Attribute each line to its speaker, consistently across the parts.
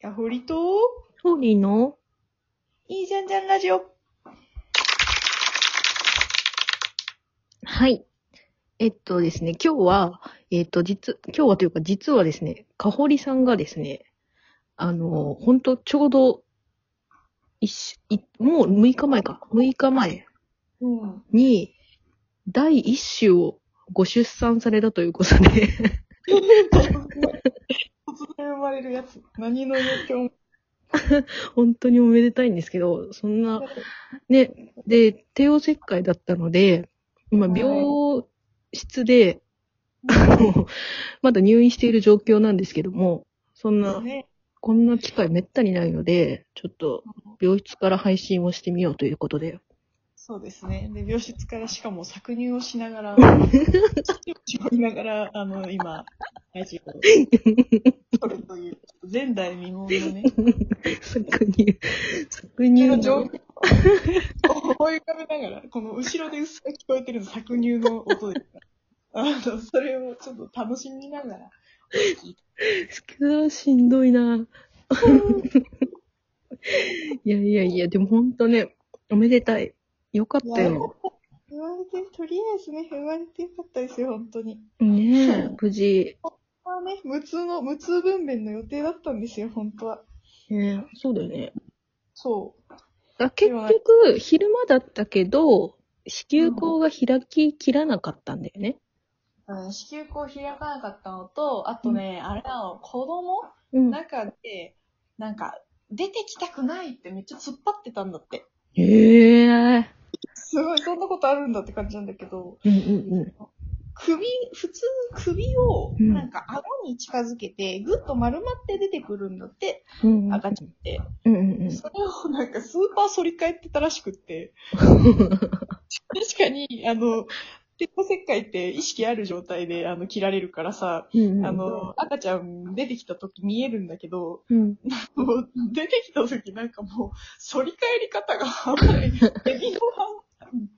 Speaker 1: やほりと、
Speaker 2: ホーリーの
Speaker 1: いいじゃんじゃんラジオ。
Speaker 2: はい。えっとですね、今日は、えっと、実、今日はというか、実はですね、かほりさんがですね、あの、ほんと、ちょうど、一週、いもう6日前か、6日前
Speaker 1: うん。
Speaker 2: に、第一子をご出産されたということで、
Speaker 1: 突然生まれるやつ。何の影響も。
Speaker 2: 本当におめでたいんですけど、そんな、ね、で、帝王切開だったので、今、
Speaker 1: はい
Speaker 2: 病室で、あの、まだ入院している状況なんですけども、そんな、
Speaker 1: ね。
Speaker 2: こんな機会めったにないので、ちょっと、病室から配信をしてみようということで。
Speaker 1: そうですね。で、病室からしかも搾乳をしながら、搾乳をしながら、あの、今、ラジオを撮るという、前代未聞のね、
Speaker 2: 搾乳、搾
Speaker 1: 家
Speaker 2: 乳
Speaker 1: の状
Speaker 2: の、
Speaker 1: 況を思い浮かべながら、この後ろでうっすら聞こえてる搾乳の音ですあの、それをちょっと楽しみながら、
Speaker 2: しんどいな。いやいやいや、でもほんとね、おめでたい。よかったよ。
Speaker 1: 生まれて、とりあえずね、生まれてよかったですよ、本当に。
Speaker 2: ねえ、無事。
Speaker 1: まあね、無痛の、無痛分娩の予定だったんですよ、本当は。
Speaker 2: ねえそうだよね。
Speaker 1: そう。
Speaker 2: あ結局、昼間だったけど、子宮口が開ききらなかったんだよね。
Speaker 1: うん、子宮口開かなかったのと、あとね、あれなの、子供
Speaker 2: うん。
Speaker 1: 中で、なんか、出てきたくないってめっちゃ突っ張ってたんだって。
Speaker 2: ええー。
Speaker 1: すごい、そんなことあるんだって感じなんだけど、
Speaker 2: うんうんうん。
Speaker 1: 首、普通首を、
Speaker 2: うん
Speaker 1: なんか顎に近づけて、ぐっと丸まって出てくるんだって、
Speaker 2: うんうん
Speaker 1: 赤ちゃんって。
Speaker 2: うんうんうん。
Speaker 1: それをなんかスーパー反り返ってたらしくって。確かに、あの、鉄砲切開って意識ある状態で、あの、切られるからさ、あ
Speaker 2: あ、
Speaker 1: の、赤ちゃん出てきた時見えるんだけど、
Speaker 2: うん。
Speaker 1: もう出てきた時なんかもう、反り返り方があんまり、エビの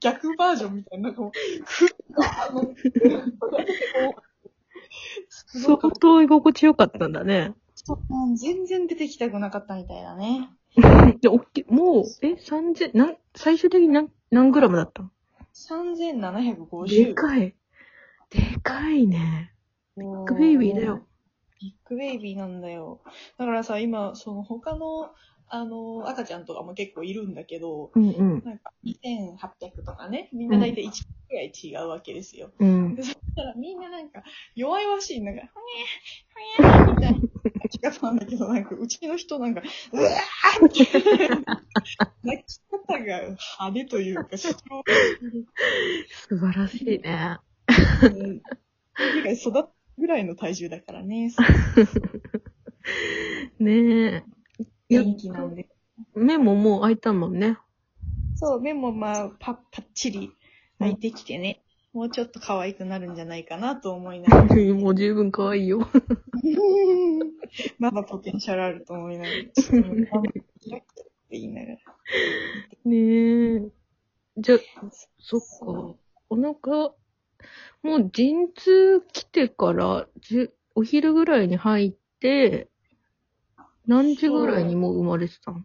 Speaker 1: 逆バージョンみたいな、なんかもう、くっ、あの、すご
Speaker 2: 相
Speaker 1: く、
Speaker 2: 当居心地よかったんだね。
Speaker 1: うん全然出てきたくなかったみたいだね。
Speaker 2: で、おっきい、もう、え、三千、なん、最終的に何、何グラムだったの
Speaker 1: 3750。
Speaker 2: でかい。でかいね。
Speaker 1: ビ
Speaker 2: ビ
Speaker 1: ッ
Speaker 2: ッグベイビーだよ。。
Speaker 1: ビッグベイビーなんだよ。だからさ、今、その他の、あの、赤ちゃんとかも結構いるんだけど、
Speaker 2: うんうん。
Speaker 1: なんか2800とかね、みんな大体1くらい違うわけですよ。
Speaker 2: うん。
Speaker 1: でそしたらみんななんか弱々しい、なんか、ふにゃー、ふにゃーみたいな書き方なんだけど、なんかうちの人なんか、うわーって、泣き方が派手という か、主張
Speaker 2: 素晴らしいね。
Speaker 1: うんぐらい育つぐらいの体重だからね、す
Speaker 2: ねえ。
Speaker 1: ごい元気なんで。
Speaker 2: 目ももう開いたもんね。
Speaker 1: そう、目もまあ、パッパッチリ開いてきてね、もうちょっと可愛くなるんじゃないかなと思いな がら。
Speaker 2: もう十分可愛いよ。
Speaker 1: まだポテンシャルあると思 いながら、ちょっともう頑張って開くって言いながら。
Speaker 2: ねえ。じゃ、そっ
Speaker 1: そ
Speaker 2: か。お腹、もう陣痛来てから、じゅお昼ぐらいに入って、何時ぐらいにもう生まれてたの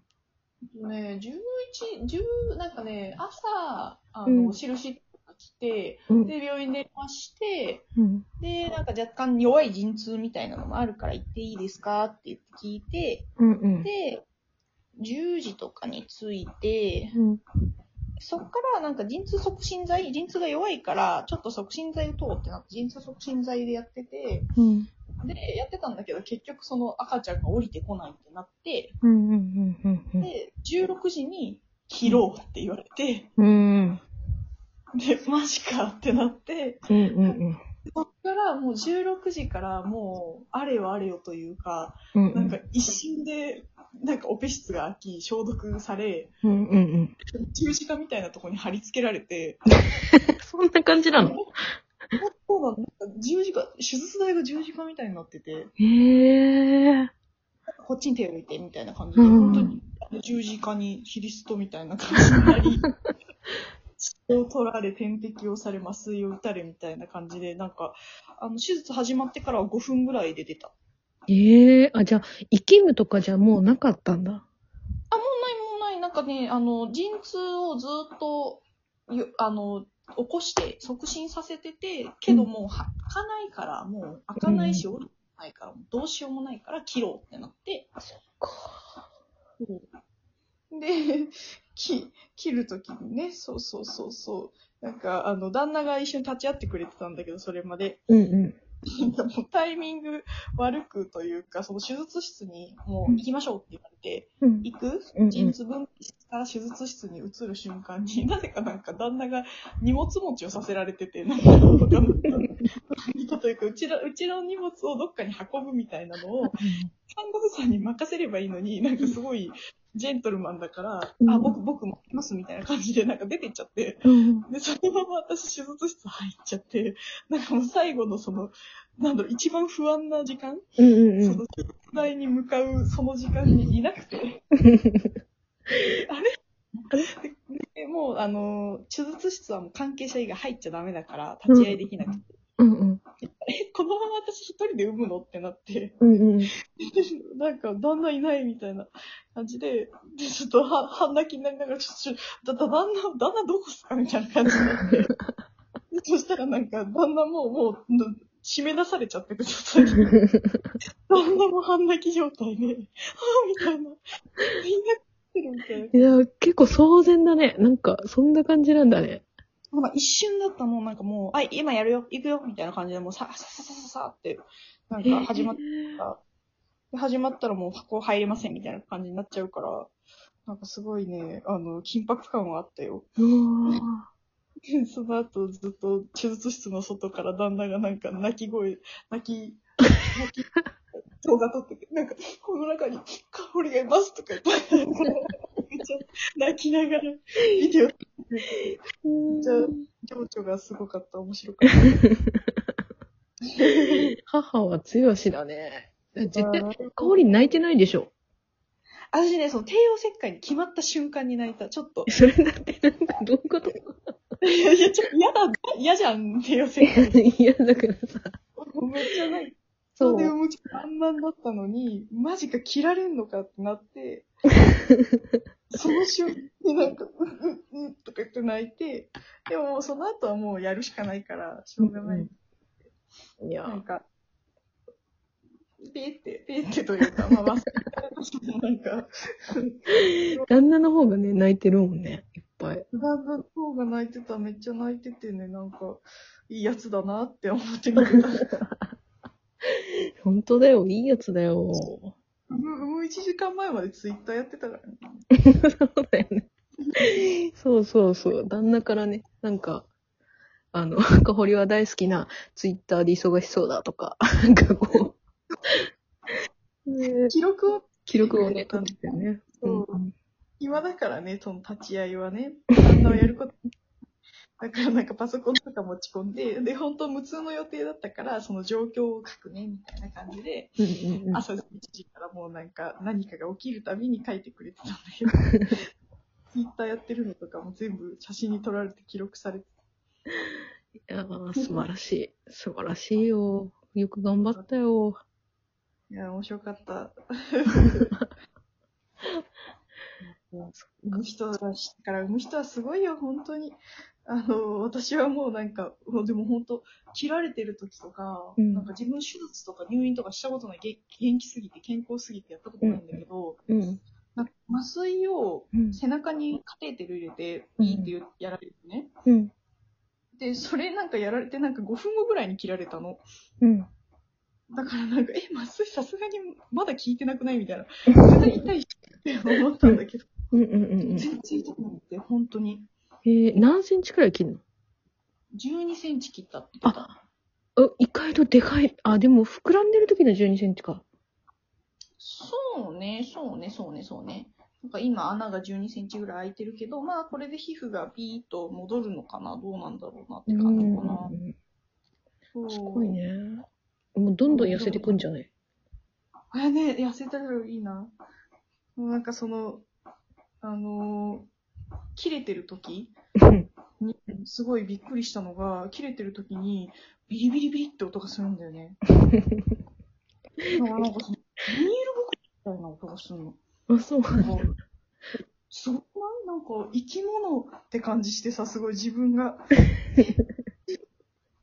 Speaker 1: ね、11、10、なんかね、朝、あ
Speaker 2: うん
Speaker 1: の、お印が来て、
Speaker 2: うん。
Speaker 1: で、病院でまして、
Speaker 2: うん。
Speaker 1: で、なんか若干弱い陣痛みたいなのもあるから行っていいですかって言って聞いて、
Speaker 2: うんうん。
Speaker 1: で、10時とかに着いて、
Speaker 2: うん
Speaker 1: そっからなんか陣痛促進剤、陣痛が弱いから、ちょっと促進剤打とうってなって、陣痛促進剤でやってて、
Speaker 2: うん。
Speaker 1: で、やってたんだけど、結局その赤ちゃんが降りてこないってなって、
Speaker 2: うんうんうんうん
Speaker 1: で、16時に切ろうって言われて、
Speaker 2: うん。うん。
Speaker 1: で、マジかってなって、
Speaker 2: うんうん
Speaker 1: そっからもう16時からもう、あれよあれよというか、
Speaker 2: うん。
Speaker 1: なんか一瞬で、なんかオペ室が空き、消毒され、
Speaker 2: うんうんうん。
Speaker 1: 十字架みたいなとこに貼り付けられて、
Speaker 2: そんな感じなの
Speaker 1: そうなのなんか十字架、手術台が十字架みたいになってて、
Speaker 2: へえ。
Speaker 1: こっちに手を置いてみたいな感じで、
Speaker 2: う
Speaker 1: 本
Speaker 2: ん
Speaker 1: 当に十字架にキリストみたいな感じになり、血を取られ、点滴をされ、麻酔を打たれみたいな感じで、なんか、あの、手術始まってからは5分ぐらいで出た。
Speaker 2: ええあ、じゃあ、生きむとかじゃもうなかったんだ。
Speaker 1: もうない、なんかね、あの、陣痛をずっと、ゆあの、起こして、促進させてて、けどもう、は開かないから、もう、開かないし、折るないから、どうしようもないから、切ろうってなって、で、き、切るときにね、そうそうそうそう。なんか、あの、旦那が一緒に立ち会ってくれてたんだけど、それま で。
Speaker 2: うんうん。
Speaker 1: なんかもうタイミング悪くというか、その手術室にもう行きましょうって言われて、
Speaker 2: うん。
Speaker 1: 行く
Speaker 2: うんうん
Speaker 1: 陣痛分泌室から手術室に移る瞬間に、 なぜかなんか旦那が荷物持ちをさせられてて、なんかわかんない、何かというか、うちの、うちの荷物をどっかに運ぶみたいなのを、看護婦さんに任せればいいのに、なんかすごいジェントルマンだから、
Speaker 2: うん
Speaker 1: あ、僕、僕も行きますみたいな感じで、なんか出てっちゃって、
Speaker 2: うん。
Speaker 1: で、そのまま私手術室入っちゃって、なんかもう最後のその、なんだろう、一番不安な時間、
Speaker 2: うんうんう
Speaker 1: そ
Speaker 2: ん。
Speaker 1: の手術台に向かうその時間にいなくて、でもうあの、手術室はもう関係者以外入っちゃダメだから、立ち会いできなくて、
Speaker 2: うんうん。
Speaker 1: え、このまま私一人で産むのって なって、
Speaker 2: うん うん。
Speaker 1: なんか、旦那いないみたいな感じで、で、ちょっとは、半泣きになりながら、ちょっと、だ、だ、旦那、旦那どこっすかみたいな感じになっ て。でそしたらなんか、旦那も、もう、ん締め出されちゃってて、外に。旦那も半泣き状態で、 ああ、みたいな。みんな来てるみたいな。
Speaker 2: いや、結構騒然だね。なんか、そんな感じなんだね。
Speaker 1: なんか一瞬だったもうなんかもう、あ、今やるよ、行くよ、みたいな感じで、もうさ、さささささって、なんか始まっで始まったらもう箱入れませんみたいな感じになっちゃうから、なんかすごいね、あの、緊迫感はあったよ。
Speaker 2: うわ
Speaker 1: その後ずっと手術室の外から旦那がなんか泣き声、泣き、泣き、動画撮ってて、なんか、この中に香りがいますとか言って、 めっちゃ泣きながらビデオ、
Speaker 2: ー
Speaker 1: じゃあ情緒がすごかった、面白かった。
Speaker 2: 母は強しだね。絶対、香り泣いてないでしょ。
Speaker 1: 私ね、その帝王切開に決まった瞬間に泣いた。ちょっと、
Speaker 2: それだって、なんか、どういうこと
Speaker 1: いや、ちょっと嫌だ、嫌じゃん、帝王切開。
Speaker 2: いや、だからさ。
Speaker 1: めっちゃ泣いた
Speaker 2: そ
Speaker 1: そう。で、
Speaker 2: う。
Speaker 1: もちあんなんだったのに、マジか切られんのかってな って、その瞬間になんか、ううううとか言って泣いて、でももうその後はもうやるしかないから、しょうがない。
Speaker 2: いや
Speaker 1: なんか、ペーって、ペーってというか、まあ、忘れたらなんか、
Speaker 2: 旦那の方がね、泣いてるもんね。いっぱい。
Speaker 1: 旦那の方が泣いてた、めっちゃ泣いててね、なんか、いいやつだなって思って見 てた。
Speaker 2: 本当だよ。いいやつだよ。そ
Speaker 1: もう1時間前までツイッターやってたからね。
Speaker 2: うだよね。そうそうそう。旦那からね、なんか、あの、かほりは大好きなツイッターで忙しそうだとか、なんかこう、ね
Speaker 1: 記録を
Speaker 2: 記録をね、取ってたよね。。
Speaker 1: そうん今だからね、その立ち会いはね、旦那をやること。 だからなんかパソコンとか持ち込んで、で、本当無痛の予定だったから、その状況を書くね、みたいな感じで、
Speaker 2: うんうんうん
Speaker 1: 朝1時からもうなんか何かが起きるたびに書いてくれてたんだけど、 ツイッターやってるのとかも全部写真に撮られて記録されて、
Speaker 2: いやー素晴らしい。素晴らしいよ。よく頑張ったよ。
Speaker 1: いや、面白かった。産む人は、から産む人はすごいよ、本当に。あの、私はもうなんか、もうでも本当、切られてる時とか、
Speaker 2: うん
Speaker 1: なんか自分手術とか入院とかしたことない、げ元気すぎて健康すぎてやったことないんだけど、
Speaker 2: うん。
Speaker 1: なんか麻酔を
Speaker 2: うん。
Speaker 1: 背中にカテーテル入れて、
Speaker 2: うん
Speaker 1: いいって言うやられるね。
Speaker 2: うん。
Speaker 1: で、それなんかやられて、なんか5分後ぐらいに切られたの。
Speaker 2: うん。
Speaker 1: だからなんか、え、麻酔さすがにまだ効いてなくないみたいな。絶対痛いって思ったんだけど、
Speaker 2: うんうんうんうん。
Speaker 1: 全然痛くなくて、本当に。
Speaker 2: えー、何センチくらい切るの
Speaker 1: 12センチ切ったって言ってた。
Speaker 2: あ、意外とでかい。あ、でも膨らんでる時の12センチか。
Speaker 1: そうね、そうね、そうね、そうね。なんか今穴が12センチぐらい開いてるけど、まあこれで皮膚がピーッと戻るのかな、どうなんだろうなって感じかな。そう
Speaker 2: すごいね。もうどんどん痩せてくんじゃない
Speaker 1: あれね、痩せたらいいな。もうなんかその、あのー切れてる時
Speaker 2: うん
Speaker 1: に、すごいびっくりした のが、切れてる時に、ビリビリビリって音がするんだよね。でもなんかその、ビニール袋みたいな音がするの。
Speaker 2: あ、そう
Speaker 1: なんかすごくないなんか、生き物って感じしてさ、すごい自分 が。ビリ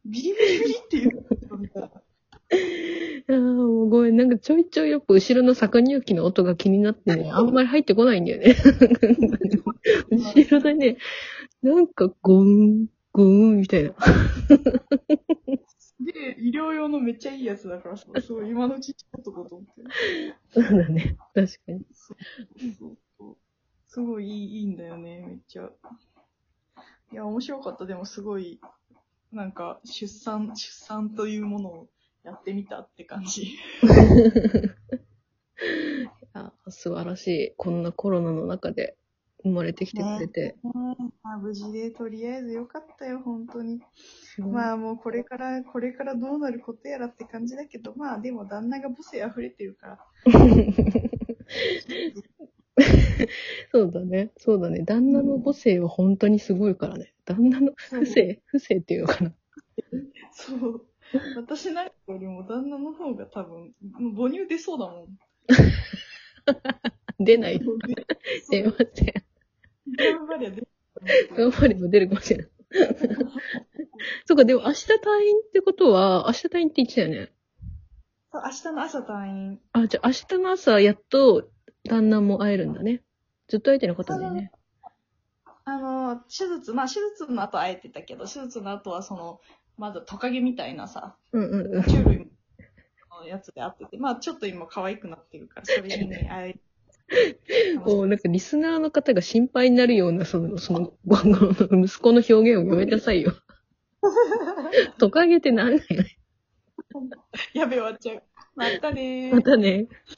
Speaker 1: ビリビリっていうのみたいな。
Speaker 2: あーもうごめん。なんかちょいちょいやっぱ後ろの搾乳機の音が気になって ね、あんまり入ってこないんだよ ね。後ろでね、なんかゴーン、ゴーンみたいな。
Speaker 1: で、医療用のめっちゃいいやつだからさ、すごい今のうちにちょっとこうと思って。
Speaker 2: そうだね。確かに。
Speaker 1: そうそう。すごいいいいいんだよね、めっちゃ。いや、面白かった。でもすごい、なんか、出産、出産というものをやってみたって感じ。
Speaker 2: あ素晴らしい。こんなコロナの中で生まれてきてくれて。
Speaker 1: まあ、無事で、とりあえずよかったよ、本当に。
Speaker 2: すごい
Speaker 1: まあ、もうこれから、これからどうなることやらって感じだけど、まあ、でも旦那が母性溢れてるから。
Speaker 2: そうだね。そうだね。旦那の母性は本当にすごいからね。旦那の
Speaker 1: そう
Speaker 2: 不正不正っていうのかな。
Speaker 1: そう。私なんかよりも旦那の方が多分、母乳出そうだもん。
Speaker 2: 出ない。すい
Speaker 1: そう
Speaker 2: ません。
Speaker 1: 頑張りゃ出る
Speaker 2: 頑張れば出るかもし れない。そうか、でも明日退院ってことは、明日退院って言ってたよね。
Speaker 1: そう明日の朝退院。
Speaker 2: あ、じゃあ明日の朝、やっと旦那も会えるんだね。ずっと会えてなかったんだよね。
Speaker 1: あの、手術、まあ手術の後会えてたけど、手術の後はその、まだトカゲみたいなさ、
Speaker 2: うんうんうん。
Speaker 1: 虫類のやつで会ってて、まあちょっと今可愛くなってるから、それにね、会え
Speaker 2: もうなんかリスナーの方が心配になるような、その、その、 ごご息子の表現をやめなさい よ。トカゲってなんだよ。
Speaker 1: やべえ、終わっちゃう。またねー
Speaker 2: ま。たね。